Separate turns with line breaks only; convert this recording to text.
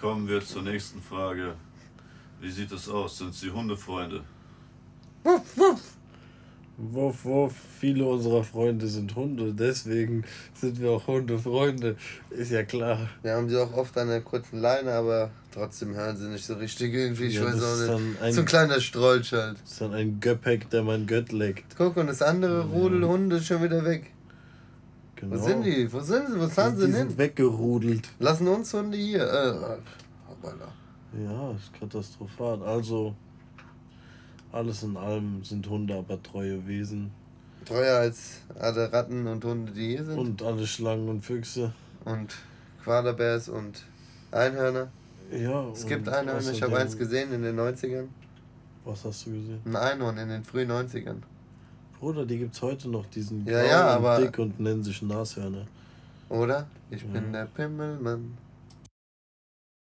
Kommen wir zur nächsten Frage. Wie sieht es aus? Sind Sie Hundefreunde?
Wuff, wuff, viele unserer Freunde sind Hunde, deswegen sind wir auch Hundefreunde. Ist ja klar.
Wir haben die auch oft an der kurzen Leine, aber trotzdem hören sie nicht so richtig irgendwie. Ich
Ja,
weiß
das ist
auch
dann
nicht.
ein-
so ein kleiner Strolch halt.
Ist dann ein Göpek, der mein Gött leckt.
Guck, und das andere Rudel Hunde ist schon wieder weg. Wo
Genau.
sind die? Wo sind sie? Wo fahren
Die
sie
sind
hin?
weggerudelt.
Lassen uns Hunde hier. Äh, hoppala.
Ja, ist katastrophal. Also, alles in allem sind Hunde aber treue Wesen.
Teuer als alle Ratten und Hunde, die hier sind. Und,
Und alle Schlangen und Füchse.
Quaderbärs und Einhörner.
Ja,
Es
und
gibt Einhörner, ich habe
außerdem-
eins gesehen in den 90ern.
Was hast du gesehen?
Ein Einhorn in den frühen 90ern.
Bruder, die gibt's heute noch, die sind
Ja,
grau
ja,
und
aber-
dick und nennen sich Nashörner.
Oder? Ich bin
Mhm.
der Pimmelmann.